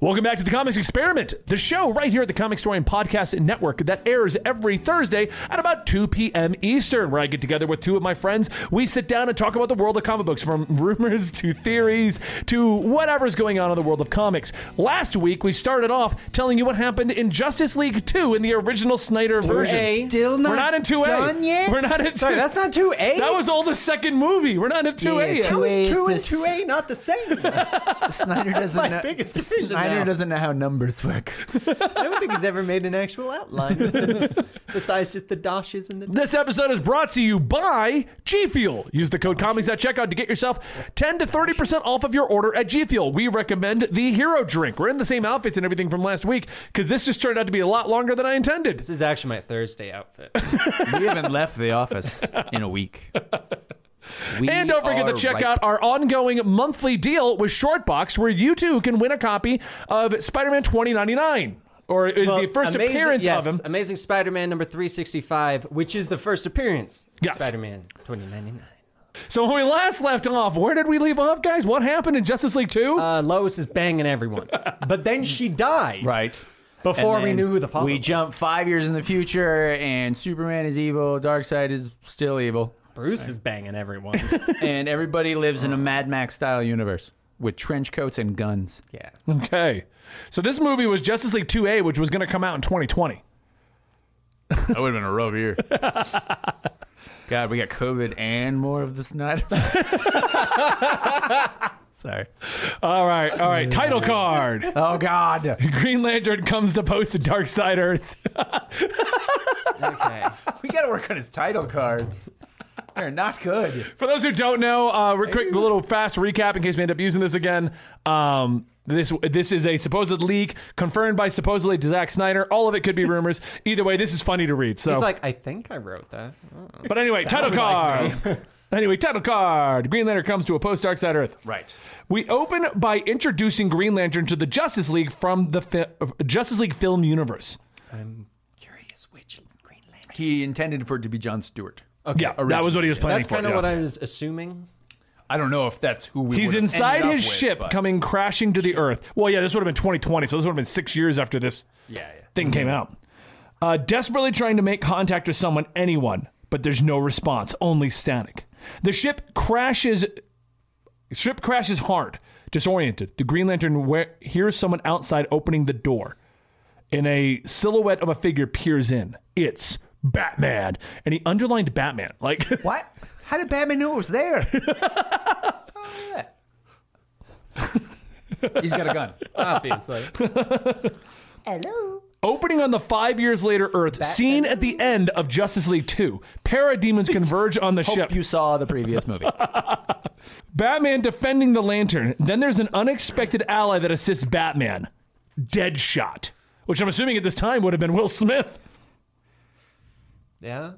Welcome back to the Comics Experiment, the show right here at the Comic Story and Podcast Network that airs every Thursday at about 2 p.m. Eastern, where I get together with two of my friends. We sit down and talk about the world of comic books, from rumors to theories to whatever's going on in the world of comics. Last week, we started off telling you what happened in Justice League 2 in the original Snyder version. A. Still not We're not in 2A. done yet? We're not in 2 Sorry, that's not 2A. That was all the second movie. We're not in 2A yet. Yeah, How is 2 and this- 2A not the same? I Snyder doesn't my know. biggest decision Snyder now. doesn't know how numbers work. don't think he's ever made an actual outline. Besides just the dashes and the. This episode is brought to you by G Fuel. Use the code comics at checkout to get yourself 10 to 30% off of your order at G Fuel. We recommend the Hero Drink. We're in the same outfits and everything from last week because this just turned out to be a lot longer than I intended. This is actually my Thursday outfit. We haven't left the office in a week. We And don't forget to are check ripe. out our ongoing monthly deal with Shortbox, where you too can win a copy of Spider Man 2099. Or is Well, the first amazing, appearance yes, of him. Amazing Spider-Man number 365, which is the first appearance. of Yes. Spider-Man 2099. So when we last left off, where did we leave off, guys? What happened in Justice League 2? Uh, Lois is banging everyone, but then she died. right Before And we then knew who the father We was. jump five years in the future, and Superman is evil. Darkseid is still evil, Bruce is banging everyone. and everybody lives in a Mad Max style universe with trench coats and guns. yeah. Okay. So this movie was Justice League 2A, which was going to come out in 2020. That would have been a rough year. God, we got COVID and more of the Snyder. Sorry. All right. All right. Title card Oh God, Green Lantern comes to post a Dark Side Earth. Okay. we got to work on his title cards. They're not good. For those who don't know, uh, real quick, a little fast recap in case we end up using this again. Um, this this is a supposed leak confirmed by supposedly Zack Snyder. All of it could be rumors. Either way, this is funny to read. So, He's like, I think I wrote that. but anyway, title card. anyway, title card. Green Lantern comes to a post Dark Side Earth. Right. We open by introducing Green Lantern to the Justice League from the fi- Justice League film universe. I'm curious which Green Lantern. He intended for it to be John Stewart. yeah, that was what he was planning That's for. kind of yeah. what I was assuming. I don't know if that's who we. He's would've inside ended his up with, ship, but- coming crashing to the Earth. Well, yeah, this would have been 2020, so this would have been six years after this Yeah, yeah. thing came out. Uh, desperately trying to make contact with someone, anyone, but there's no response, only static. The ship crashes. Ship crashes hard, disoriented. The Green Lantern we- hears someone outside opening the door, and a silhouette of a figure peers in. It's Batman, and he underlined Batman. Like What? How did Batman know it was there? oh, yeah. He's got a gun. Obviously. Hello. Opening on the five years later Earth, seen at the end of Justice League 2, parademons converge on the ship. Hope you saw the previous movie. Batman defending the lantern. Then there's an unexpected ally that assists Batman Deadshot, which I'm assuming at this time would have been Will Smith. yeah.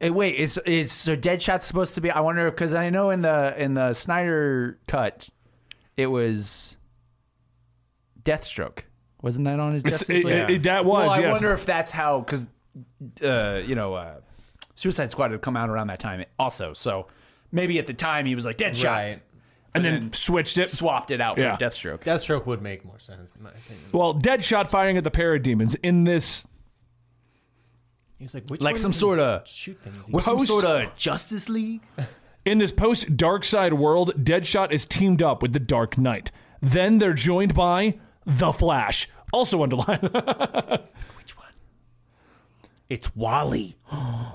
Hey, Eh, wait, is is so Deadshot supposed to be? I wonder because I know in the in the Snyder cut, it was Deathstroke. Wasn't that on his Justice it- League? it- it- that was, Well, I yes. wonder if that's how because uh, you know uh, Suicide Squad had come out around that time also. So maybe at the time he was like Deadshot, Right. And then switched it. swapped it out for Yeah. Deathstroke. Deathstroke would make more sense, in my opinion. Well, Deadshot firing at the parademons in this. He's like, which like one some can sort of shoot things. with some Post- sort of Justice League. In this post Dark Side world, Deadshot is teamed up with the Dark Knight. Then they're joined by The Flash, also underlined. Which one? It's Wally. Ba-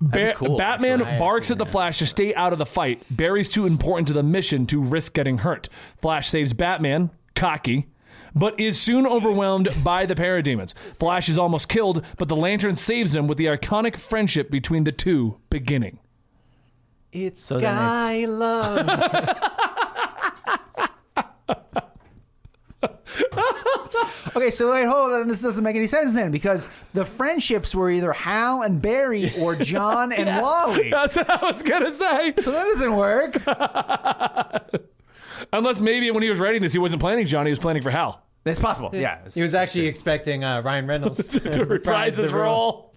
That'd be cool, Batman actually. barks at the Flash to stay out of the fight. Barry's too important to the mission to risk getting hurt. Flash saves Batman, cocky, but is soon overwhelmed by the parademons. Flash is almost killed, but the lantern saves him with the iconic friendship between the two beginning. It's then it's- Guy Love. Okay, so wait, hold on. This doesn't make any sense then because the friendships were either Hal and Barry or John and Wally. That's what I was gonna say. So that doesn't work. Unless maybe when he was writing this, he wasn't planning John. He was planning for Hal. It's possible. Yeah. it's- he was actually expecting uh, Ryan Reynolds to, Reprise his the role.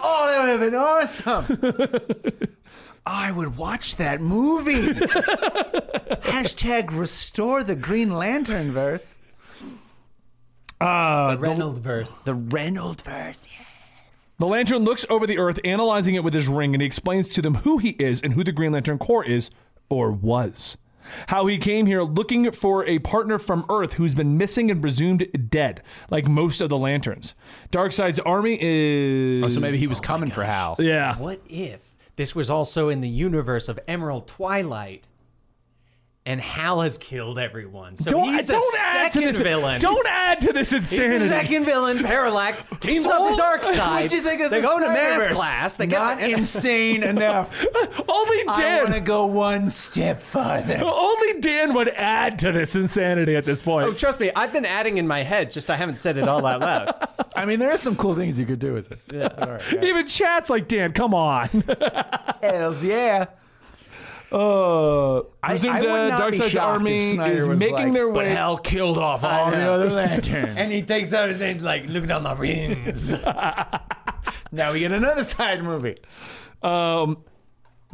oh, that would have been awesome. I would watch that movie. Hashtag restore the Green Lantern verse. Uh, The Reynolds verse. The Reynolds verse. Yeah. the lantern looks over the Earth, analyzing it with his ring, and he explains to them who he is and who the Green Lantern Corps is or was. How he came here looking for a partner from Earth who's been missing and presumed dead, like most of the lanterns. Darkseid's army is. So maybe he was coming for Hal. Yeah. Oh, What if this was also in the universe of Emerald Twilight? And Hal has killed everyone, so he's a second to this. villain. Don't add to this He's insanity. the second villain, Parallax, teams up So- to dark side. What'd you think of They the go to Snyderverse? math class. They get Not the- insane enough. Only I want to Dan. go one step farther. Only Dan would add to this insanity at this point. Oh, trust me, I've been adding in my head, just I haven't said it all out loud. I mean, there are some cool things you could do with this. Yeah. Even chat's like Dan. Come on. Hells yeah. Uh, I- presumed I would uh, not be Darkseid's shocked if army Snyder is was making like, their "But way. Hal killed off all the know. other lanterns. and he takes out his hands like, look at my rings. now we get another side movie.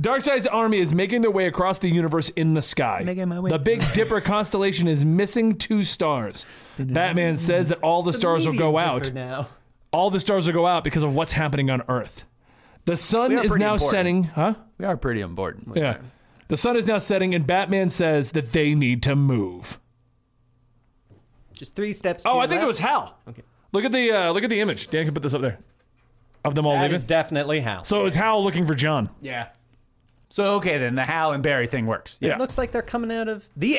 Darkseid's army is making their way across the universe in the sky. Making my way. The Big Dipper constellation is missing two stars. Batman says that all the stars will go out. now. All the stars will go out because of what's happening on Earth. The sun We are is pretty now important. setting, huh? We are pretty important. with Yeah. that. The sun is now setting, and Batman says that they need to move. Just three steps. Oh, to I think left. it was Hal. Okay. Look at the uh, look at the image. Dan can put this up there. Of them all That leaving. is definitely Hal. so it was Hal looking for John. Yeah. So okay then, the Hal and Barry thing works. Yeah. it looks like they're coming out of the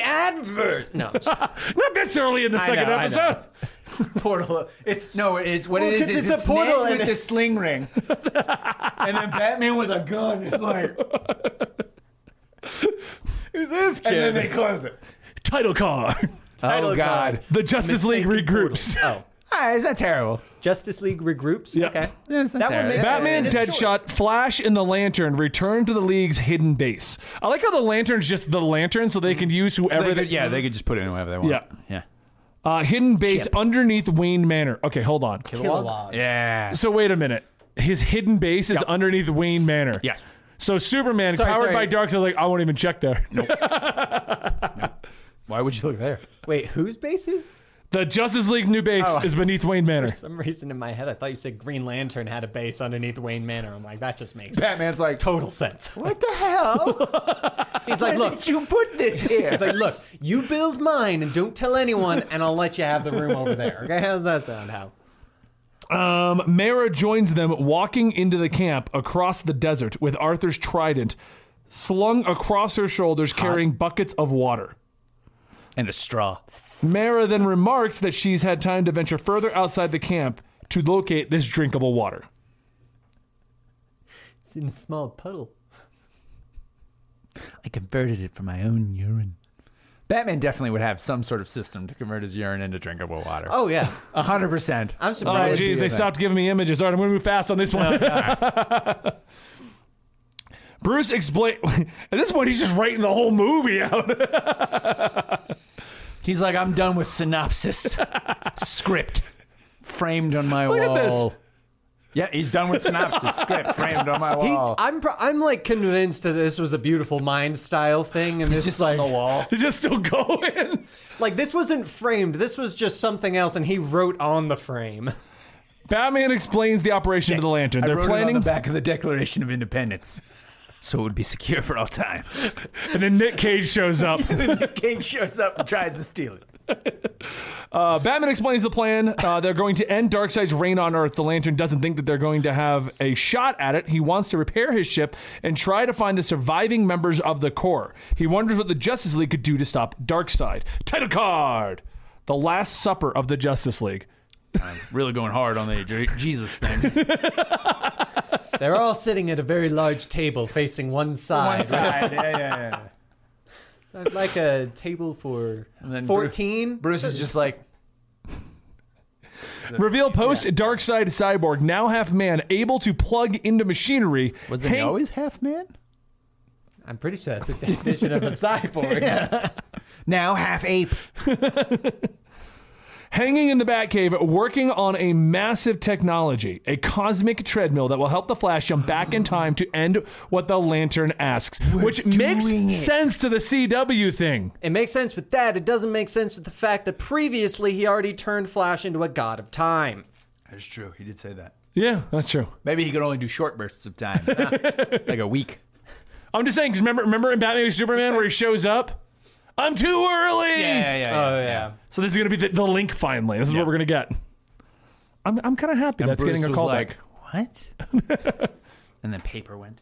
advert. No, Not this early in the I second know, I know. episode. portal. It's no, it's what Well, it is. 'cause Is it's a it's portal Ned and with it- the sling ring, and then Batman with a gun is like, who's this and then they kid? close it. Title card. Oh, Title card. The Justice League regroups. Oh, Ah, is that terrible? Justice League regroups. Yeah. Okay, Yeah, it's that not terrible. one. Makes Batman, sense. It's short. Deadshot, Flash, and the Lantern return to the League's hidden base. I like how the Lantern's just the Lantern, so they can use whoever they. yeah, they could just put it in whatever they want. Yeah. yeah, Uh, hidden base underneath Wayne Manor. Okay, hold on. Kilowog. yeah. So wait a minute. His hidden base is underneath Wayne Manor. Yeah. So Superman, Sorry, powered by sorry. Darkseid, like I won't even check there. Why would you look there? Wait, whose base is? The Justice League new base Oh. is beneath Wayne Manor. For some reason in my head, I thought you said Green Lantern had a base underneath Wayne Manor. I'm like, that just makes Batman's like, total sense. what the hell? He's like, look, did you put this here? he's like, look, you build mine and don't tell anyone, and I'll let you have the room over there. Okay, how's that sound? How? Um, Mara joins them, walking into the camp across the desert with Arthur's trident slung across her shoulders, carrying buckets of water. and a straw. Mara then remarks that she's had time to venture further outside the camp to locate this drinkable water. It's in a small puddle. I converted it from my own urine. Batman definitely would have some sort of system to convert his urine into drinkable water. Oh yeah, A hundred percent. I'm Oh, surprised. geez, the they event. stopped giving me images. All right, I'm going to move fast on this one. Bruce explain. At this point, he's just writing the whole movie out. He's like, I'm done with synopsis, script, framed on my Look at wall. this. Yeah, he's done with synopsis, script, framed on my He, wall. I'm pro- I'm like convinced that this was a beautiful mind style thing, and this just is like on the wall. He's just still going. like this wasn't framed. This was just something else, and he wrote on the frame. Batman explains the operation to the Lantern. I They're wrote it planning, on the back of the Declaration of Independence, so it would be secure for all time. and then Nick Cage shows up. the king shows up and tries to steal it. Uh, Batman explains the plan. Uh, they're going to end Darkseid's reign on Earth. The Lantern doesn't think that they're going to have a shot at it. He wants to repair his ship and try to find the surviving members of the Corps. He wonders what the Justice League could do to stop Darkseid. Title card: The Last Supper of the Justice League. I'm really going hard on the J- Jesus thing. They're all sitting at a very large table facing one side. side, yeah, yeah, yeah. So I'd like a table for And then Bru- fourteen. Bruce is just like, Reveal post Darkseid cyborg now half man, able to plug into machinery. was he Hang- always half man? I'm pretty sure that's the definition of a cyborg. Now half ape. Hanging in the Batcave, working on a massive technology, a cosmic treadmill that will help the Flash jump back in time to end what the Lantern asks, which makes doing it. sense to the CW thing. It makes sense with that. It doesn't make sense with the fact that previously he already turned Flash into a god of time. That's true. He did say that. Yeah, that's true. Maybe he could only do short bursts of time, like a week. I'm just saying, 'cause remember, remember in Batman v Superman where he shows up? I'm too early. Uh, Oh yeah. So this is gonna be the, the link finally. This is what we're gonna get. I'm, I'm kind of happy that's Bruce getting a was callback. like, What? and then paper went.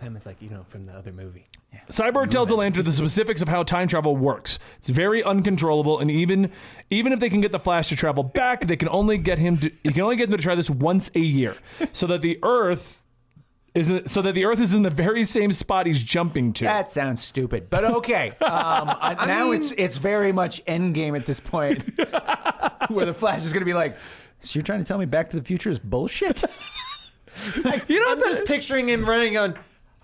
Them is like, you know, from the other movie. Cyborg tells the Lantern the specifics of how time travel works. It's very uncontrollable, and even even if they can get the Flash to travel back, they can only get him. To, you can only get them to try this once a year, so that the Earth isn't. So that the Earth is in the very same spot he's jumping to. That sounds stupid, but okay. Um, I- now it's it's very much endgame at this point, where the Flash is going to be like, "So you're trying to tell me Back to the Future is bullshit?" you know, I'm just picturing him running on.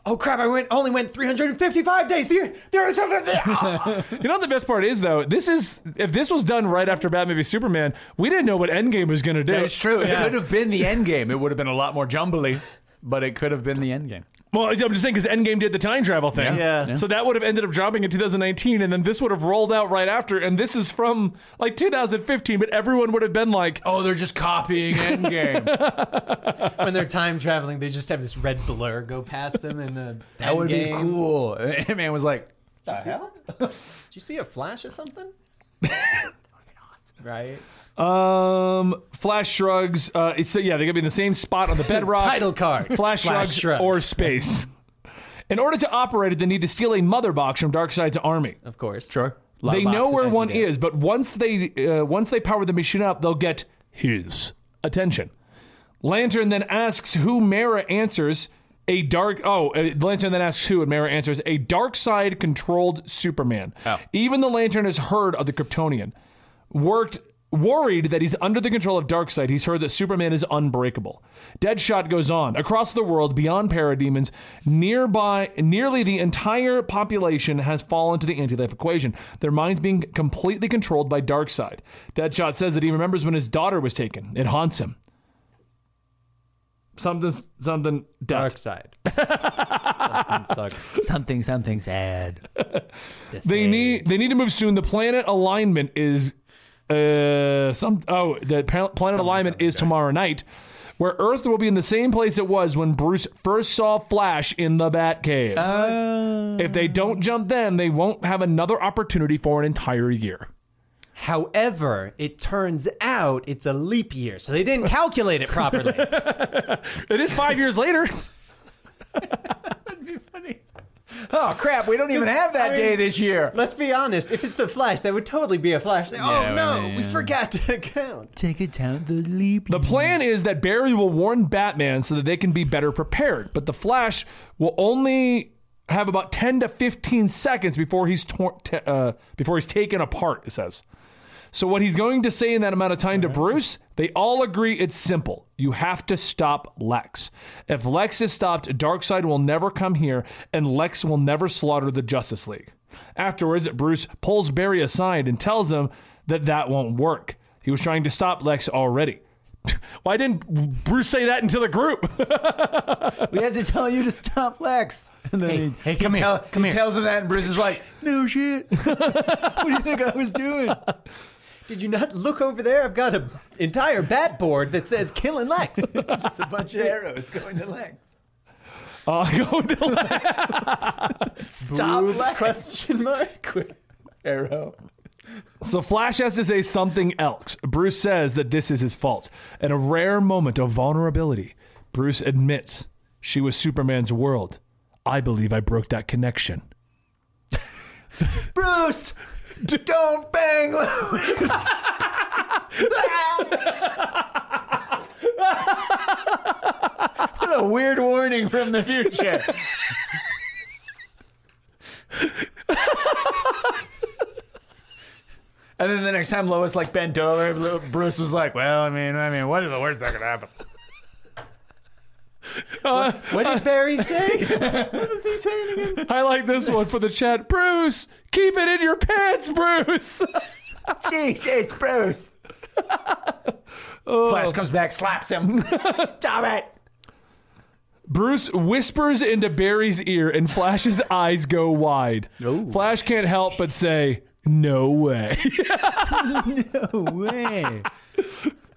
Oh crap! I went only went 355 days. There, there is something there. You know what the best part is though? This is if this was done right after Batman v Superman, we didn't know what Endgame was gonna do. true. It could have been the endgame. It would have been a lot more jumbly, but it could have been the endgame. Well, I'm just saying because Endgame did the time travel thing. Yeah. Yeah. So that would have ended up dropping in 2019, and then this would have rolled out right after. And this is from like 2015, but everyone would have been like, Oh, they're just copying Endgame. when they're time traveling, they just have this red blur go past them in the. that would be Endgame. cool. Ant Man was like, Did you, see that? Did you see a flash or something? right. um, Flash shrugs. Uh, it's- so yeah, they're gonna be in the same spot on the bedrock. Title card. Flash, shrugs, shrugs. or space. In order to operate it, they need to steal a mother box from Darkseid's army. Of course. "Sure." they know where as one you do. is, but once they uh, once they power the machine up, they'll get his attention. Lantern then asks who Mara answers a dark oh uh, Lantern then asks who and Mara answers a dark side controlled Superman. Oh. Even the Lantern has heard of the Kryptonian. Worked worried that he's under the control of Darkseid, he's heard that Superman is unbreakable. Deadshot goes on across the world beyond parademons. Nearby, nearly the entire population has fallen to the anti-life equation. Their minds being completely controlled by Darkseid. Deadshot says that he remembers when his daughter was taken. It haunts him. Something, something, death. Dark side. Something, something sad. They need they need to move soon. The planet alignment is uh some oh the pa- planet alignment is tomorrow night, where Earth will be in the same place it was when Bruce first saw Flash in the Batcave. if they don't jump, then they won't have another opportunity for an entire year. However, it turns out it's a leap year, so they didn't calculate it properly. It is five years later. Oh crap! We don't even have that I mean- day this year. Let's be honest. If it's the Flash, that would totally be a Flash. oh no, we forgot to count. Take it down the leap. The plan is that Barry will warn Batman so that they can be better prepared, but the Flash will only have about 10 to 15 seconds before he's tor- t- uh, before he's taken apart, it says. So what he's going to say in that amount of time to Bruce, they all agree it's simple. You have to stop Lex. If Lex is stopped, Darkseid will never come here and Lex will never slaughter the Justice League. Afterwards, Bruce pulls Barry aside and tells him that that won't work. He was trying to stop Lex already. Why didn't Bruce say that into the group? We have to tell you to stop Lex. And then he, hey, come he here, tell- come he here. tells him that, and Bruce is like, "No shit. what do you think I was doing?" Did you not look over there? I've got an entire bat board that says "Killing Lex." Just a bunch of arrows going to Lex. Uh, go to Lex. Stop Lex. Question mark. Arrow. So Flash has to say something else. Bruce says that this is his fault. In a rare moment of vulnerability, Bruce admits she was Superman's world. I believe I broke that connection. Bruce, don't bang Lois. what a weird warning from the future. and then the next time Lois like bent over, Bruce was like, "Well, I mean, I mean, what is the worst that could happen?" What did Barry say? what was he saying again? I like this one for the chat. Bruce, keep it in your pants, Bruce. Jesus, Bruce. Flash comes back, slaps him. Stop it. Bruce whispers into Barry's ear, and Flash's eyes go wide. Flash can't help but say, "No way." Way.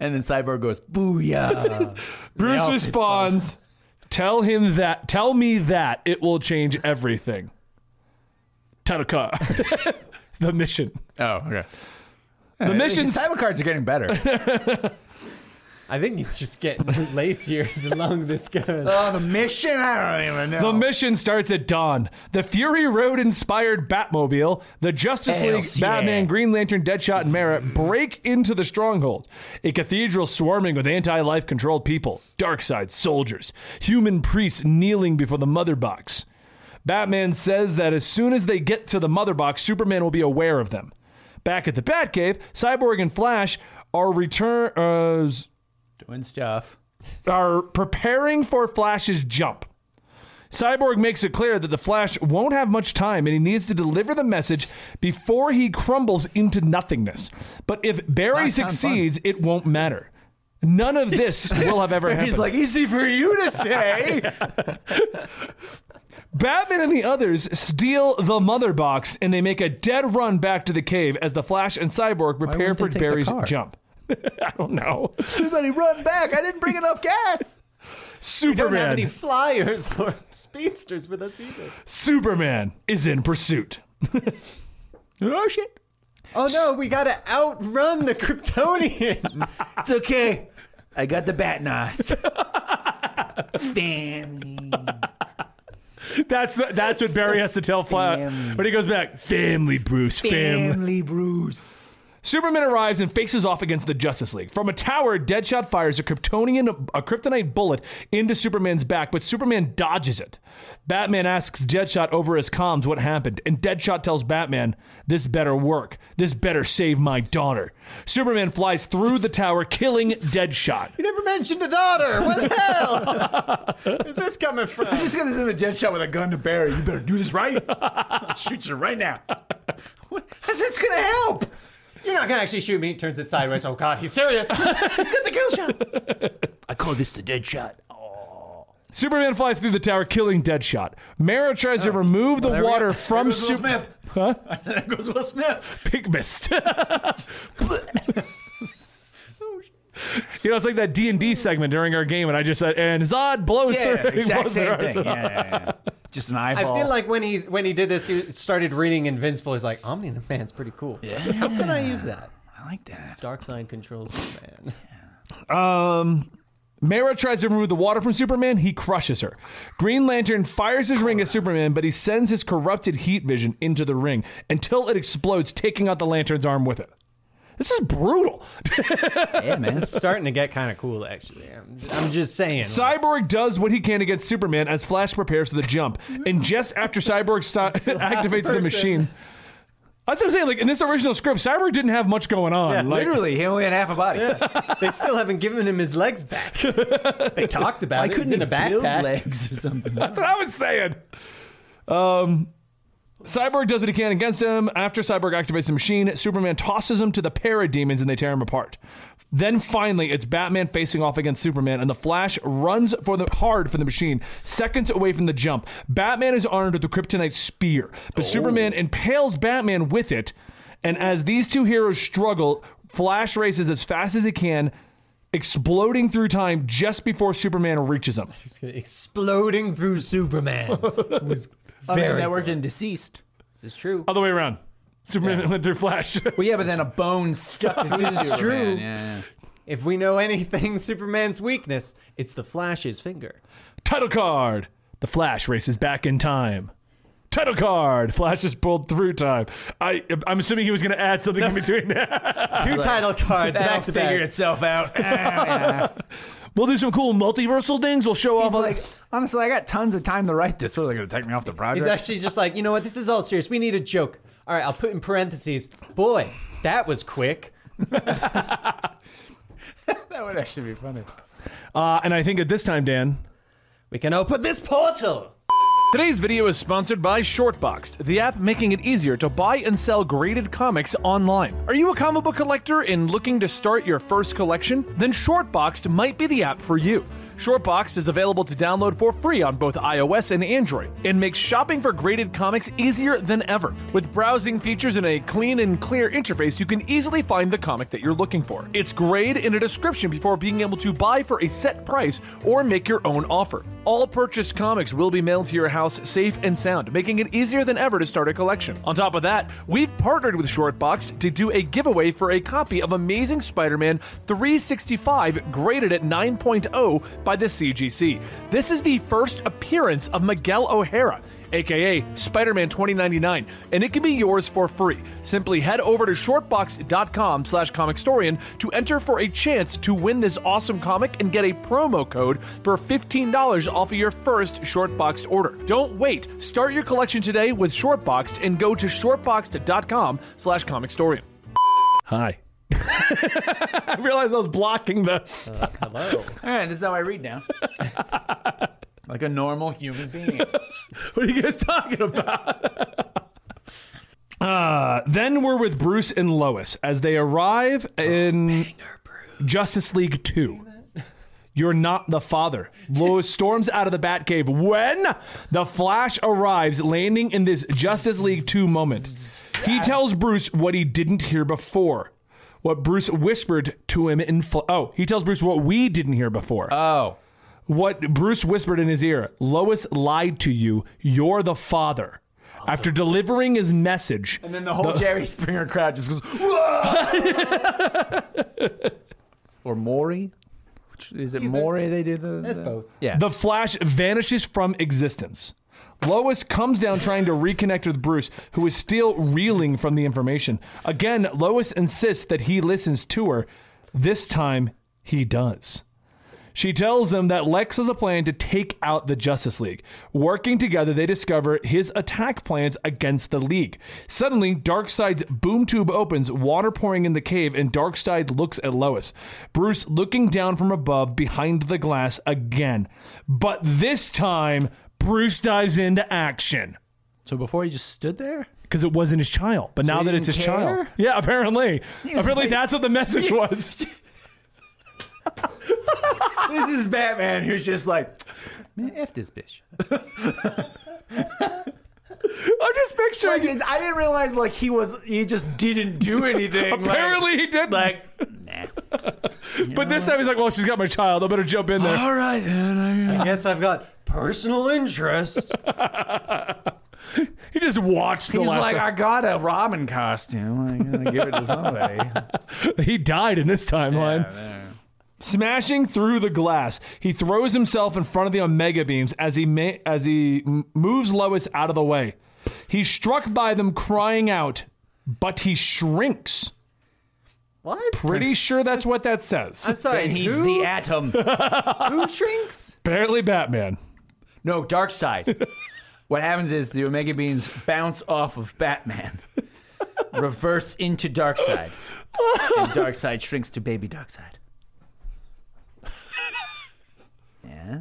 And then Cyborg goes, booyah. Bruce all responds, "Tell him that. Tell me that it will change everything." Title card. the mission. oh, okay. The mission's Title cards are getting better. I think he's just getting lazier the longer this goes. oh, the mission? I don't even know. The mission starts at dawn. The Fury Road inspired Batmobile, the Justice Hells League, yeah. Batman, Green Lantern, Deadshot, and Mara break into the stronghold. A cathedral swarming with anti life controlled people, Darkseid soldiers, human priests kneeling before the mother box. Batman says that as soon as they get to the mother box, Superman will be aware of them. Back at the Batcave, Cyborg and Flash are return uh, Doing stuff. are preparing for Flash's jump. Cyborg makes it clear that the Flash won't have much time and he needs to deliver the message before he crumbles into nothingness. But if Barry not sound succeeds, it won't matter. None of this will have ever happened. He's like, easy for you to say. Batman and the others steal the mother box and they make a dead run back to the cave as the Flash and Cyborg prepare wouldn't they for take the Barry's car? jump. I don't know. Everybody run back. I didn't bring enough gas. Superman. don't have any flyers or speedsters with us either. Superman is in pursuit. Oh, shit. Oh no, we gotta outrun the Kryptonian. It's okay. I got the bat nos. Family. That's that's what Barry has to tell Flash Family. when he goes back. Family, Bruce. Family. Family Bruce. Superman arrives and faces off against the Justice League. From a tower, Deadshot fires a Kryptonian a kryptonite bullet into Superman's back, but Superman dodges it. Batman asks Deadshot over his comms what happened, and Deadshot tells Batman, "This better work. This better save my daughter." Superman flies through the tower, killing Deadshot. you never mentioned a daughter. What the hell? Where's this coming from? I just got this in a jet shot with a gun to Barry. You better do this right. I'll shoot you right now. What? How's that's gonna help? You're not gonna actually shoot me. Turns it sideways. Oh god, he's serious. Let's get the kill shot. I call this the dead shot. Oh. Superman flies through the tower, killing Deadshot. Mara tries to remove the water from Superman. Smith. Huh? There goes Will Smith. pig mist. You know, it's like that D and D segment during our game, and I just said, "And Zod blows Mm. Yeah, through." exact blows same through- thing. Yeah, yeah, yeah. Just an I eyeball. feel like when he when he did this, he started reading Invincible. He's like, Omni Man's pretty cool. Yeah. How can I use that? I like that. Dark Side controls man. Mara tries to remove the water from Superman. He crushes her. Green Lantern fires his ring at Superman, but he sends his corrupted heat vision into the ring until it explodes, taking out the lantern's arm with it. This is brutal. Yeah, man. It's starting to get kind of cool, actually. I'm, I'm just saying. Cyborg does what he can against Superman as Flash prepares for the jump. And just after Cyborg sto- activates the person. machine. That's what I'm saying. Like in this original script, Cyborg didn't have much going on. Yeah, like, Literally, he only had half a body. They still haven't given him his legs back. They talked about I it. couldn't It's in a build backpack. legs or something. That's what I was saying. Um, Cyborg does what he can against him. After Cyborg activates the machine, Superman tosses him to the parademons and they tear him apart. Then finally, it's Batman facing off against Superman, and the Flash runs for the hard for the machine, seconds away from the jump. Batman is armed with the kryptonite spear, but Superman impales Batman with it. And as these two heroes struggle, Flash races as fast as he can, exploding through time just before Superman reaches him. He's gonna- exploding through Superman. It was I mean, very. that worked cool. in deceased. This is true. Other way around. Superman went through Flash. Well, yeah, but then a bone stuck. this is true. If we know anything, Superman's weakness, it's the Flash's finger. Title card. The Flash races back in time. Title card. Flash is pulled through time. I I'm assuming he was going to add something in between that. Two title cards That'll back to figure back. itself out. Ah, We'll do some cool multiversal things. We'll show He's off. like, honestly, I got tons of time to write this. What are they going to take me off the project? He's actually just like, you know what? This is all serious. We need a joke. All right, I'll put in parentheses. Boy, that was quick. that would actually be funny. uh, and I think at this time, Dan, We can open this portal. Today's video is sponsored by Shortboxed, the app making it easier to buy and sell graded comics online. Are you a comic book collector and looking to start your first collection? Then Shortboxed might be the app for you. Shortboxed is available to download for free on both iOS and Android and makes shopping for graded comics easier than ever. With browsing features and a clean and clear interface, you can easily find the comic that you're looking for. It's grade and a description before being able to buy for a set price or make your own offer. All purchased comics will be mailed to your house safe and sound, making it easier than ever to start a collection. On top of that, we've partnered with Shortboxed to do a giveaway for a copy of Amazing Spider Man 365 graded at 9.0 by the CGC. This is the first appearance of Miguel O'Hara aka Spider Man 2099, and it can be yours for free. Simply head over to shortbox.com slash comicstorian to enter for a chance to win this awesome comic and get a promo code for $15 off of your first Shortboxed order. Don't wait. Start your collection today with Shortboxed and go to shortboxed.com slash comicstorian. Hi. I realized I was blocking the. Hello. All right, this is how I read now. like a normal human being. What are you guys talking about? uh, then we're with Bruce and Lois as they arrive in Justice League 2. You're not the father. Lois storms out of the Batcave when the Flash arrives, landing in this Justice League 2 moment. He tells Bruce what he didn't hear before. What Bruce whispered to him in. Fl- oh, he tells Bruce what we didn't hear before Oh. what Bruce whispered in his ear Lois lied to you. You're the father. After delivering his message, And then the whole Jerry Springer crowd just goes, whoa! or Maury? Which- Is it Maury they do the. That's the- both. Yeah. the Flash vanishes from existence. Lois comes down trying to reconnect with Bruce, who is still reeling from the information. Again, Lois insists that he listens to her. This time, he does. She tells them that Lex has a plan to take out the Justice League. Working together, they discover his attack plans against the League. Suddenly, Darkseid's boom tube opens, water pouring in the cave, and Darkseid looks at Lois. Bruce looking down from above behind the glass again. But this time, Bruce dives into action. so before he just stood there? Because it wasn't his child, but now he that it's his didn't child. care? Yeah, apparently. was Apparently, like- that's what the message was. this is Batman who's just like, man, F this bitch. I'm just picturing. Like, I didn't realize like he was he just didn't do anything. like- apparently, he did like, But this time he's like, well, she's got my child. I better jump in there. all right, then. I- I guess I've got personal interest. He just watched the He's last like, one. I got a Robin costume. I'm gonna give it to somebody. He died in this timeline. Smashing through the glass, he throws himself in front of the Omega beams as he ma- as he m- moves Lois out of the way. He's struck by them, crying out, but he shrinks. What? Pretty sure that's what that says. I'm sorry. and he's who, the atom. who shrinks? Barely Batman. No, dark side. what happens is the Omega Beams bounce off of Batman, reverse into dark side, and dark side shrinks to baby dark side. Yeah.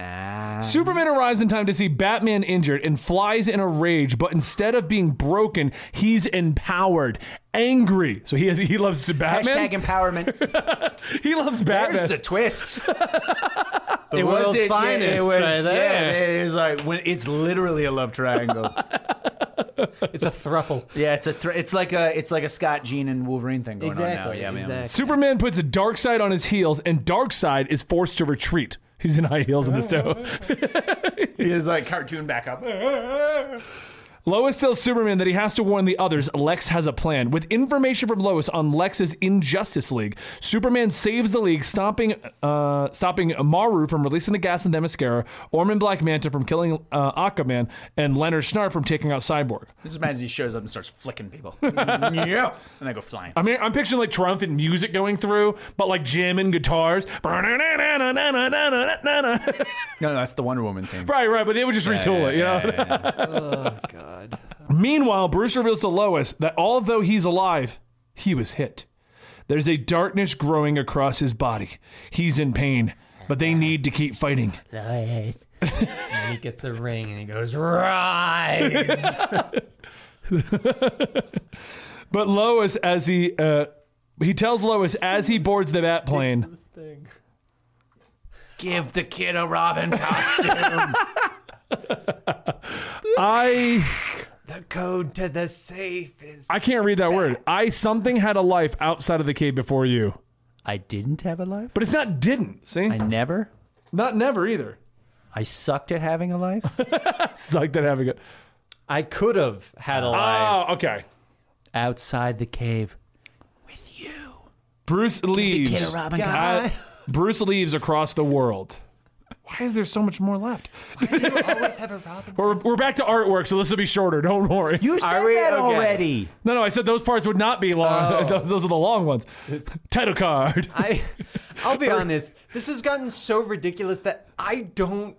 Ah. Superman arrives in time to see Batman injured and flies in a rage, but instead of being broken, he's empowered, angry. So he has, he loves Batman. Hashtag empowerment. He loves Batman. There's the twist. The world's finest. It was, right there. yeah, it was like when it's literally a love triangle. It's a thruple. yeah, it's a thr it's like a it's like a Scott Jean and Wolverine thing going on now. Exactly. Yeah, man. exactly. Superman puts Darkseid on his heels, and Darkseid is forced to retreat. He's in high heels in this too. He is like cartoon backup. Lois tells Superman that he has to warn the others. Lex has a plan. With information from Lois on Lex's Injustice League, Superman saves the League, stopping uh, stopping Maru from releasing the gas in Themyscira, Orman Black Manta from killing uh, Aquaman, and Leonard Snart from taking out Cyborg. Just imagine he shows up and starts flicking people. yeah, and they go flying. I mean, I'm picturing like triumphant music going through, but like jamming guitars. right, No, no, that's the Wonder Woman thing. right, but they would just retool it, you know? Oh God. Meanwhile, Bruce reveals to Lois that although he's alive, he was hit. There's a darkness growing across his body. He's in pain, but they need to keep fighting. Lois. and he gets a ring and he goes, Rise! But Lois, as he uh, he tells Lois as he boards the bat plane, this thing. Give the kid a Robin costume. I The code to the safe is. I can't read that word. I something had a life outside of the cave before you, I didn't have a life. but it's not didn't. See, I never. not never either. I sucked at having a life. It's like that having it. I could have had a life. Oh, okay. Outside the cave. Bruce leaves. Robin Uh, Bruce leaves across the world. Why is there so much more left? always have a Robin. We're, we're back to artwork, so this will be shorter. Don't worry. You said we- that okay. already. No, no, I said those parts would not be long. those, those are the long ones. Title card. I, I'll be honest. This has gotten so ridiculous that I don't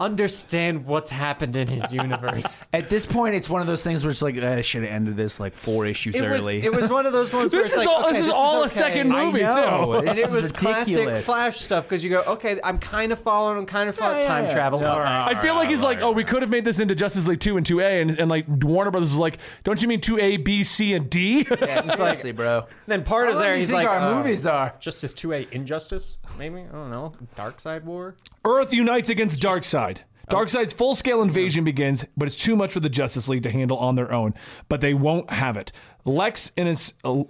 understand what's happened in his universe. At this point, it's one of those things where it's like, eh, I should have ended this like four issues It was, early. it was one of those ones where This it's is like, all- this okay, is all a okay. second I movie, know. too. and it This was is classic ridiculous. Flash stuff because you go, okay, I'm kind of following, I'm kind of following Yeah, time yeah, travel. yeah. All right. I feel like he's like, oh, we could have made this into Justice League 2 and 2A, and, and like Warner Brothers is like, don't you mean 2A, B, C, and D? Yeah, seriously, bro. Then part of How long there, do you he's like, think our um, movies are. Justice 2A Injustice, maybe? I don't know. Dark Side War? Earth unites against Darkseid. Darkseid's full scale invasion begins, but it's too much for the Justice League to handle on their own. But they won't have it. Lex and ins- oh,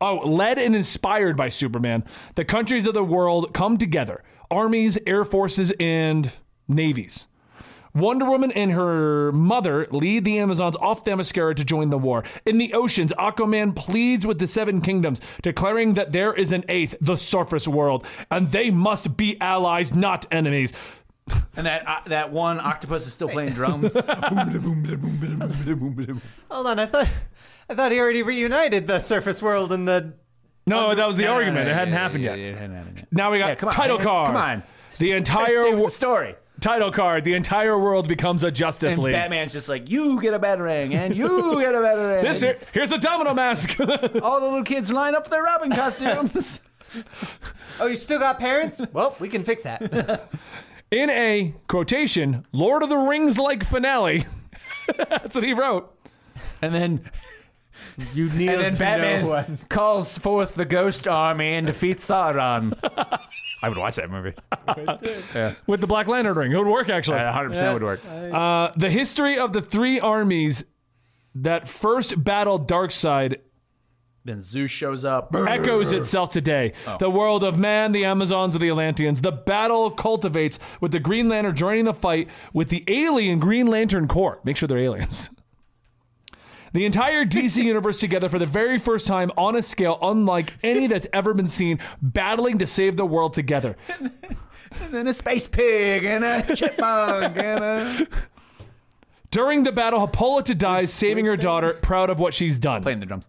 led and inspired by Superman, the countries of the world come together armies, air forces, and navies. Wonder Woman and her mother lead the Amazons off Themyscira to join the war. In the oceans, Aquaman pleads with the Seven Kingdoms, declaring that there is an eighth, the surface world, and they must be allies, not enemies. And that uh, that one octopus is still playing drums. Hold on, I thought I thought he already reunited the surface world and the No, Oh, that was the argument. it hadn't Yeah, happened yeah, yet. yeah, it hadn't happened yet. Now we got Yeah, come on, title man. card. Come on. The entire Stick wo- with the story. title card. The entire world becomes a Justice And League. Batman's just like, you get a batarang, and you get a batarang. This here, here's a domino mask. All the little kids line up their Robin costumes. Oh, you still got parents? well, we can fix that. in a quotation, Lord of the Rings like finale. That's what he wrote. and then You need and then Batman calls forth the Ghost Army and defeats Sauron. I would watch that movie. With the Black Lantern ring. It would work, actually. 100% would work. Uh, the history of the three armies that first battled Darkseid Then Zeus shows up. echoes itself today. The world of man, the Amazons, and the Atlanteans. The battle cultivates with the Green Lantern joining the fight with the alien Green Lantern Corps. Make sure they're aliens. The entire DC universe together for the very first time on a scale unlike any that's ever been seen, battling to save the world together. And then a space pig and a chipmunk and a. During the battle, Hippolyta dies, saving her daughter, proud of what she's done. Playing the drums.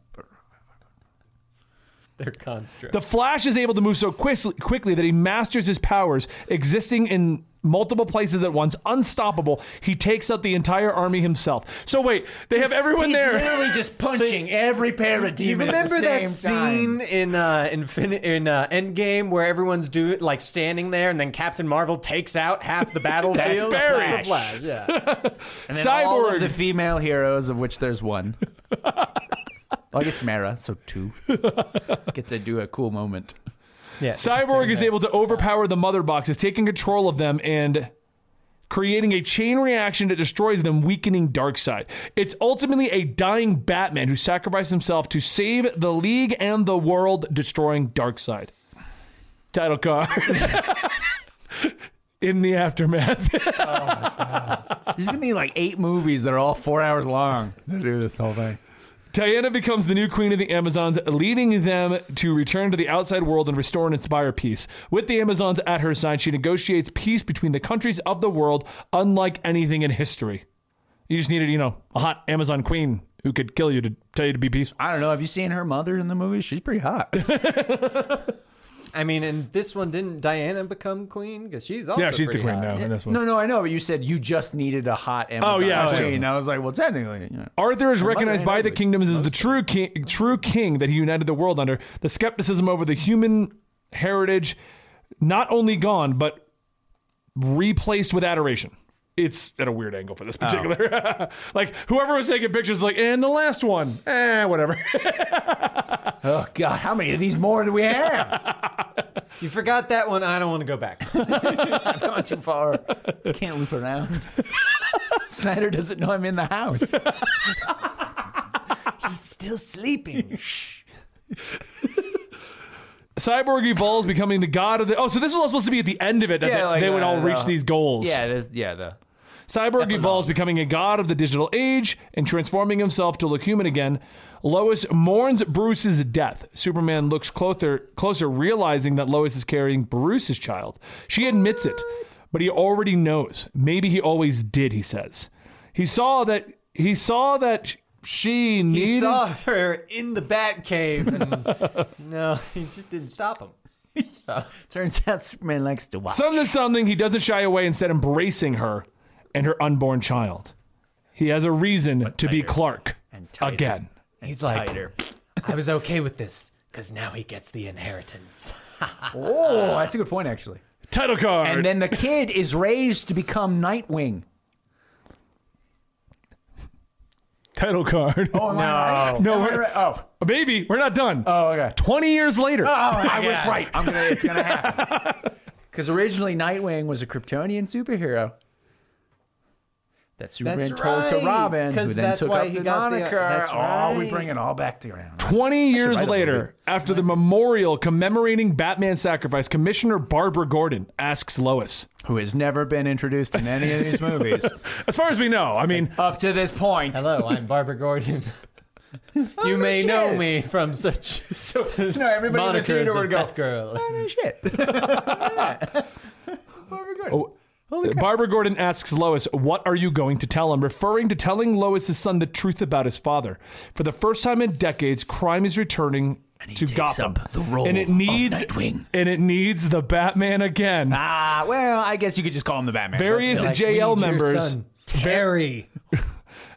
They're construct. The Flash is able to move so quis- quickly that he masters his powers, existing in multiple places at once, unstoppable. He takes out the entire army himself. So wait, they have everyone He's there. literally just punching every pair of You demons. remember at the that same time. scene in uh, Infin- in uh, Endgame where everyone's do like standing there, and then Captain Marvel takes out half the battlefield. Flash. That's the Flash, yeah. And then all Cyborg. of the female heroes, of which there's one. well, I guess Mara, so two. Get to do a cool moment. yeah. Cyborg is able to overpower the mother boxes, taking control of them and creating a chain reaction that destroys them, weakening Darkseid. It's ultimately a dying Batman who sacrificed himself to save the League and the world, destroying Darkseid. Title card. In the aftermath. There's gonna be like eight movies that are all four hours long to do this whole thing. Diana becomes the new queen of the Amazons, leading them to return to the outside world and restore and inspire peace. With the Amazons at her side, she negotiates peace between the countries of the world, unlike anything in history. You just needed, you know, a hot Amazon queen who could kill you to tell you to be peaceful. I don't know. Have you seen her mother in the movie? She's pretty hot. I mean, and this one didn't Diana become queen because she's also yeah, she's the pretty queen hot. now in this one. no, no, I know. But you said you just needed a hot Oh, Amazon. yeah, that's true. queen. I was like, well, technically, yeah. Arthur is recognized ain't by the ugly. kingdoms as the true king, true king that he united the world under. The skepticism over the human heritage, not only gone but replaced with adoration. It's at a weird angle for this Oh. particular. like whoever was taking pictures, like, and the last one, eh, whatever. Oh God, how many of these more do we have? You forgot that one. I don't want to go back. I've gone too far. Can't loop around. Snyder doesn't know I'm in the house. He's still sleeping. Cyborg evolves, becoming the god of the. Oh, so this was all supposed to be at the end of it that Yeah, they, like, they would uh, all reach uh, these goals. Yeah, there's yeah the Cyborg evolves, becoming a god of the digital age and transforming himself to look human again. Lois mourns Bruce's death. Superman looks closer, closer, realizing that Lois is carrying Bruce's child. She admits it, but he already knows. Maybe he always did. He says he saw that he saw that sh- she needed. He saw her in the Batcave, and no, he just didn't stop him. turns out Superman likes to watch. Something, something. He doesn't shy away, instead embracing her and her unborn child. He has a reason to be Clark And tighter. again. He's like, Tighter. I was okay with this because now he gets the inheritance. Oh, that's a good point actually. Title card. And then the kid is raised to become Nightwing. title card. Oh no, right? No, Am I we're- right? oh, Baby, we're not done. Ah. oh, okay. 20 Uh, years later. I was right. I'm gonna. It's gonna happen. Because originally Nightwing was a Kryptonian superhero. That Superman That's told to right, Robin, who 'cause then that's took why up he the got the- moniker. that's oh, we right. bring it all back to around. 20 years write a later, after the memorial commemorating Batman's sacrifice, Commissioner Barbara Gordon asks Lois, Who has never been introduced in any of these movies as far as we know, I mean, up to this point. Hello, I'm Barbara Gordon. you may shit. know me from such so No, everybody in the theater would go. Batgirl. Oh, shit. oh, Barbara Gordon asks Lois, What are you going to tell him? referring to telling Lois's son the truth about his father. For the first time in decades, crime is returning. To takes Gotham, up the role and it of needs Nightwing. and it needs the Batman again. Ah, well, I guess you could just call him the Batman. Various Like, we JL need your members son, Terry.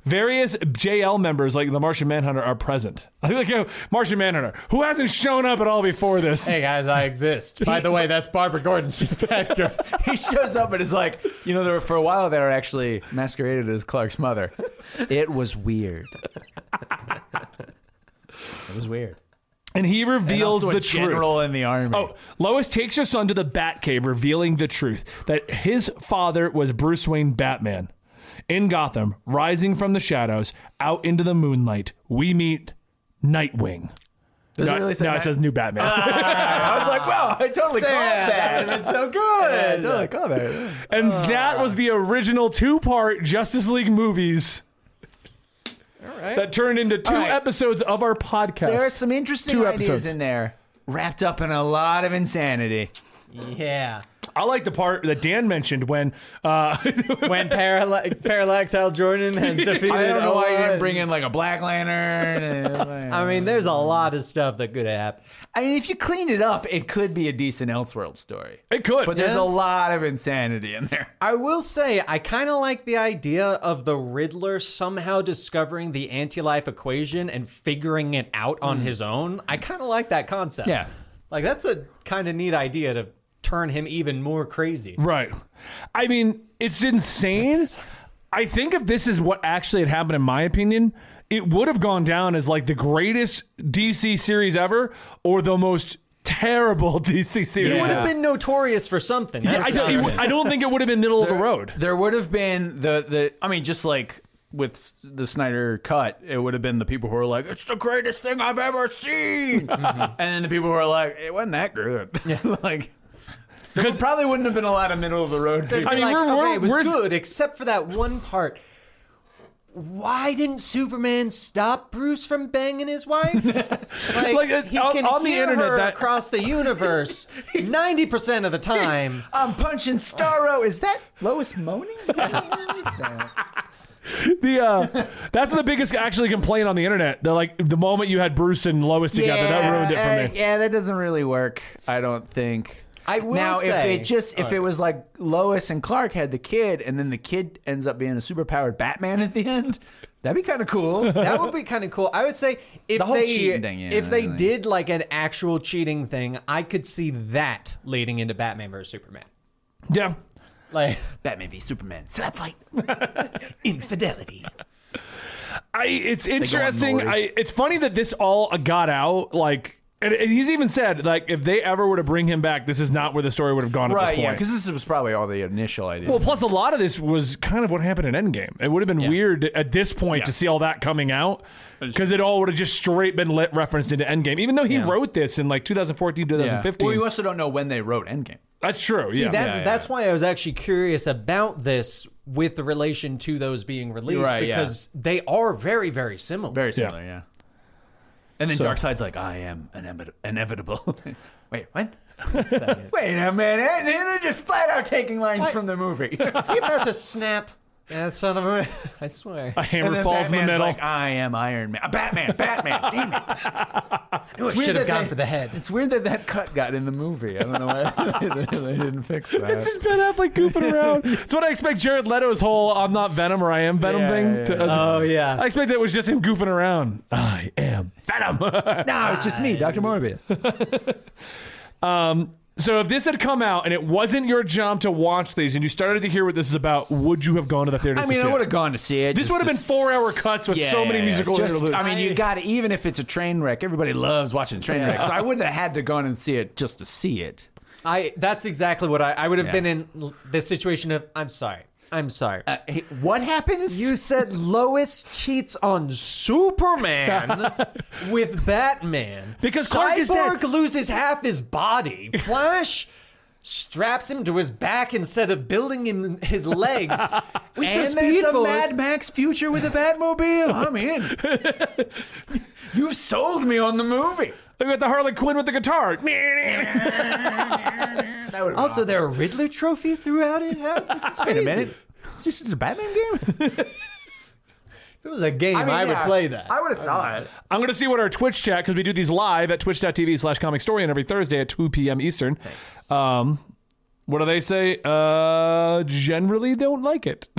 Various JL members like the Martian Manhunter are present. I think like oh, Martian Manhunter, who hasn't shown up at all before this. Hey guys, I exist. By the way, that's Barbara Gordon. She's Batgirl. he shows up and is like, you know, there were, for a while they were actually masqueraded as Clark's mother. It was weird. it was weird. And he reveals also the a truth. general in the army. Oh, Lois takes her son to the Batcave, revealing the truth that his father was Bruce Wayne Batman. In Gotham, rising from the shadows, out into the moonlight, we meet Nightwing. Does no, it really say no, it that? says new Batman. I was like, well, I totally caught that. It's so good. totally caught that. and that was the original two-part Justice League movies. That turned into two All right. episodes of our podcast. There are some interesting Two ideas episodes. in there, wrapped up in a lot of insanity. Yeah. I like the part that Dan mentioned when uh, When Parallax, Parallax Al Jordan has defeated. I don't know why you Owen. didn't bring in like a Black Lantern. and- I mean, there's a lot of stuff that could happen. I mean, if you clean it up, it could be a decent Elseworld story. it could. But there's Yeah. a lot of insanity in there. I will say, I kind of like the idea of the Riddler somehow discovering the anti life equation and figuring it out Hmm. on his own. I kind of like that concept. Yeah. Like, that's a kind of neat idea to turn him even more crazy. Right. I mean, it's insane. I think if this is what actually had happened, in my opinion, it would have gone down as like the greatest DC series ever or the most terrible DC series. He would ever. have been notorious for something. That's I, don't, it would- I don't think it would have been middle of the road. There would have been the the. I mean, just like with s- the Snyder cut, it would have been the people who are like, "It's the greatest thing I've ever seen," and then the people who are like, "It wasn't that good." like, there probably wouldn't have been a lot of middle of the road. people. I mean, like, we're- we're- okay, it was we're- good except for that one part. Why didn't Superman stop Bruce from banging his wife? Like, Like, uh, he on- can on the hear internet, her that- across the universe ninety percent of the time. I'm punching Starro. Is that Lois moaning? Where is that? The uh, that's the biggest actually complaint on the internet. They're like the moment you had Bruce and Lois together, that ruined it for uh, me. yeah, that doesn't really work. I don't think. I will now say- if it just if it was like Lois and Clark had the kid, and then the kid ends up being a superpowered Batman at the end, that'd be kind of cool. that would be kind of cool. I would say if The whole they cheating thing, yeah, if they like- did like an actual cheating thing, I could see that leading into Batman versus Superman. Yeah. Like, Batman v Superman slap fight. infidelity. I it's interesting. Maury. I it's funny that this all got out like. And, and he's even said, like, if they ever were to bring him back, this is not where the story would have gone at this Right, point. yeah, because this was probably all the initial idea. Well, plus a lot of this was kind of what happened in Endgame. It would have been weird at this point to see all that coming out because it all would have just straight been lit referenced into Endgame. Even though he wrote this in like 2014, yeah. 2015. well, we also don't know when they wrote Endgame. That's true. See, yeah. that, yeah. that's why I was actually curious about this with the relation to those being released Right, yeah. because they are very, very similar. Very similar, yeah. And then Darkseid's like, I am inevit- inevitable. Wait, what? Wait a minute. They're just flat out taking lines from the movie. Is he about to snap? Yeah, son of a. I swear. a hammer falls in the middle. Like, I am Iron Man. Batman, Batman, damn it. I weird should have that gone they- for the head. It's weird that that cut got in the movie. I don't know why they didn't fix that. it's just Ben Affleck goofing around. It's what I expect Jared Leto's whole "I'm not Venom" or "I am Venom" Yeah, thing. yeah, to, yeah. as- Oh, yeah. I expect that it was just him goofing around. I am Venom. no, it's just me, Dr. Morbius. so if this had come out and it wasn't your job to watch these, and you started to hear what this is about, would you have gone to the theater? I mean, I would have gone to see it. This just would have to been four-hour s- cuts with so many musical Just- interludes. I mean, you got to, even if it's a train wreck, everybody loves watching train wrecks. So I wouldn't have had to go and see it just to see it. I. That's exactly what I. I would have Yeah. been in l- this situation of. I'm sorry. I'm sorry. Uh, hey, what happens? you said Lois cheats on Superman with Batman Because Clark is dead. Cyborg loses half his body. Flash straps him to his back instead of building him his legs. with and the Speed there's a Force. Mad Max future with a Batmobile. I'm in. You've sold me on the movie. Look at the Harley Quinn with the guitar. Also, there are Riddler trophies throughout it. How- This is crazy. Wait a minute. Is this just a Batman game? If it was a game, I, mean, would yeah, play that. I would have saw it. I'm going to see what our Twitch chat, because we do these live at twitch.tv slash comic story and every Thursday at 2 p.m. Eastern. Um, what do they say? Uh, generally don't like it.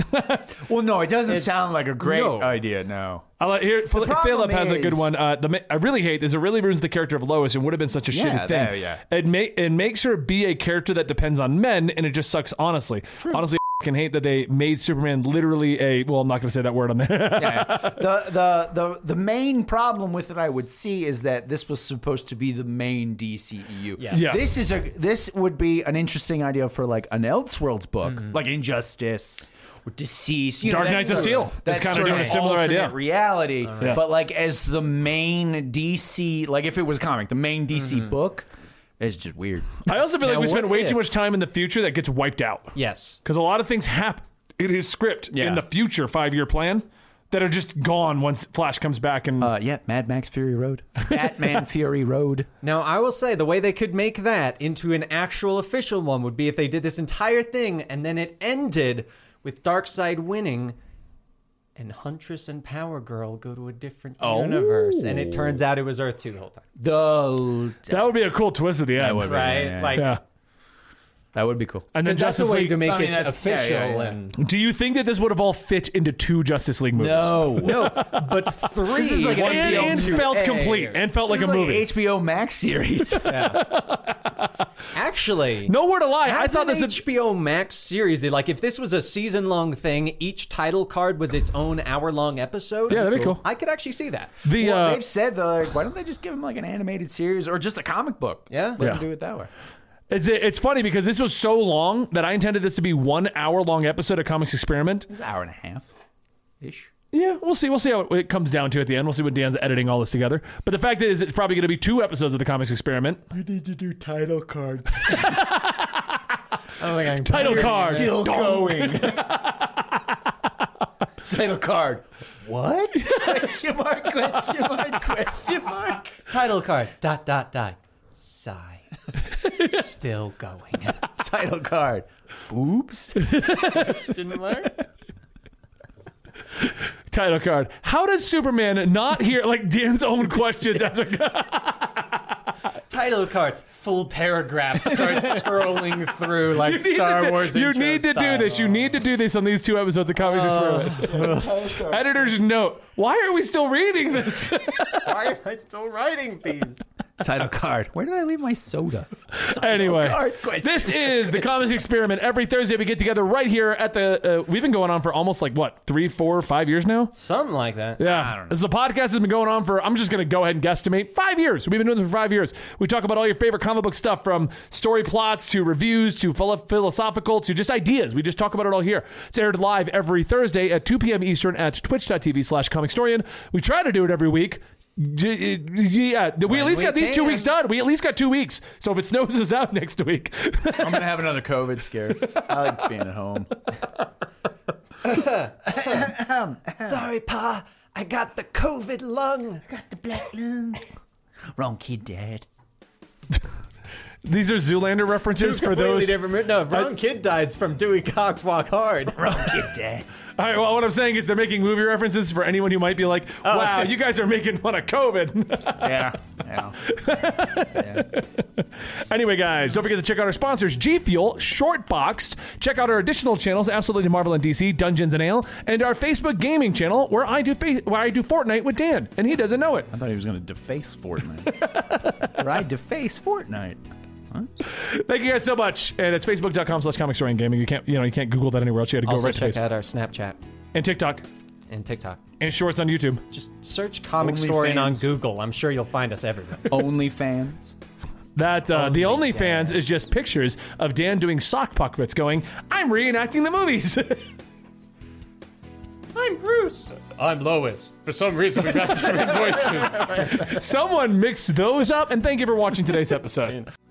Well, no, it doesn't sound like a great no. idea. No. I like, here, Phil- problem Philip has a good is- one. Uh, the, ma- I really hate this. It really ruins the character of Lois and would have been such a Yeah, shitty thing. there, yeah. It, ma- it makes her be a character that depends on men, and it just sucks, honestly. Honestly, I can hate that they made Superman literally a. Well, I'm not going to say that word on there. the, the the the main problem with it I would see is that this was supposed to be the main DCEU. Yes. Yeah. This is a this would be an interesting idea for like an Elseworlds book, like Injustice or Deceased. You Dark that Knight to sort Steel. That's That's kinda kind of doing a similar alternate idea. Reality, Yeah. but like as the main DC, like if it was comic, the main DC book, it's just weird. I also feel like Now, we spend what way if- too much time in the future that gets wiped out. yes. because a lot of things happen in his script in Yeah. the future five year plan that are just gone once Flash comes back and Uh, yeah, Mad Max Fury Road, Batman Fury Road. Now, I will say the way they could make that into an actual official one would be if they did this entire thing and then it ended with Darkseid winning and Huntress and Power Girl go to a different Oh. universe and it turns out it was Earth 2 the whole time. The that would be a cool twist at the end. would be. Yeah, Right? yeah, yeah. Like Yeah. that would be cool. And then 'cause that's Justice a way League. to make I mean, it that's- yeah, yeah, official yeah. and Do you think that this would have all fit into two Justice League movies? No, but 3 This is like an would And, be HBO and able to felt air. complete and felt like a This is movie. HBO Max series. Actually, Nowhere to lie. I As thought an this would HBO Max series, like if this was a season long thing, each title card was its own hour long episode. Yeah, that'd be cool. I could actually see that. the well, uh, they've said though, like, why don't they just give them like an animated series or just a comic book? Yeah. let Yeah. them do it that way. it's it's funny because this was so long that I intended this to be one hour long episode of Comics Experiment. It's an hour and a half ish. Yeah, we'll see. We'll see how it, it comes down to at the end. We'll see when Dan's editing all this together. But the fact is, it's probably going to be two episodes of the Comics Experiment. We need to do title cards. I don't think I Title card. Still going. title card. What? question mark? Question mark? Question mark? can. Title card. Dot dot dot. Sigh. Still going. title card. Oops. title card. How does Superman not hear like Dan's own questions? As a, Title card. Full paragraph. Start scrolling through like You need Star to do- Wars. You intro need to style. do this. You need to do this on these two episodes of Comics Experiment. Oh. Editor's note: Why are we still reading this? Why am I still writing these? Title card. Where did I leave my soda? Anyway, card question. this is the comics experiment. Every Thursday we get together right here at the. Uh, we've been going on for almost like what three, four, five years now. Something like that. Yeah, I don't know. this is a podcast that's been going on for. I'm just going to go ahead and guesstimate five years. We've been doing this for five years. We talk about all your favorite comic book stuff, from story plots to reviews to philo- philosophical to just ideas. We just talk about it all here. It's aired live every Thursday at 2 p.m. Eastern at twitch.tv/slash comicstorian. We try to do it every week. D- Yeah, we at least we got these two can. weeks done. We at least got two weeks. So if it snows us out next week, I'm gonna have another COVID scare. I like being at home. Sorry, Pa. I got the COVID lung. Wrong kid, Dad. these are Zoolander references for those. different. No, Ron Kid died from Dewey Cox Walk Hard. Wrong kid, Dad. All right. Well, what I'm saying is they're making movie references for anyone who might be like, Oh. "Wow, you guys are making fun of COVID." Yeah. Yeah. Anyway, guys, don't forget to check out our sponsors, G Fuel, Shortboxed. Check out our additional channels, Absolutely Marvel and DC, Dungeons and Ale, and our Facebook gaming channel where I do fa- where I do Fortnite with Dan, and he doesn't know it. I thought he was gonna deface Fortnite. or I deface Fortnite. Thank you guys so much, and it's facebook.com slash comic story and gaming. You can't you know you can't Google that anywhere else. You had to go Also right to check Facebook out our Snapchat and TikTok and TikTok. and Shorts on YouTube. Just search Comic Only Story on fans. Google. I'm sure you'll find us everywhere. OnlyFans. That uh, the OnlyFans is just pictures of Dan doing sock puppets, going, "I'm reenacting the movies." I'm Bruce. Uh, I'm Lois. For some reason, we got different voices. Someone mixed those up, and thank you for watching today's episode.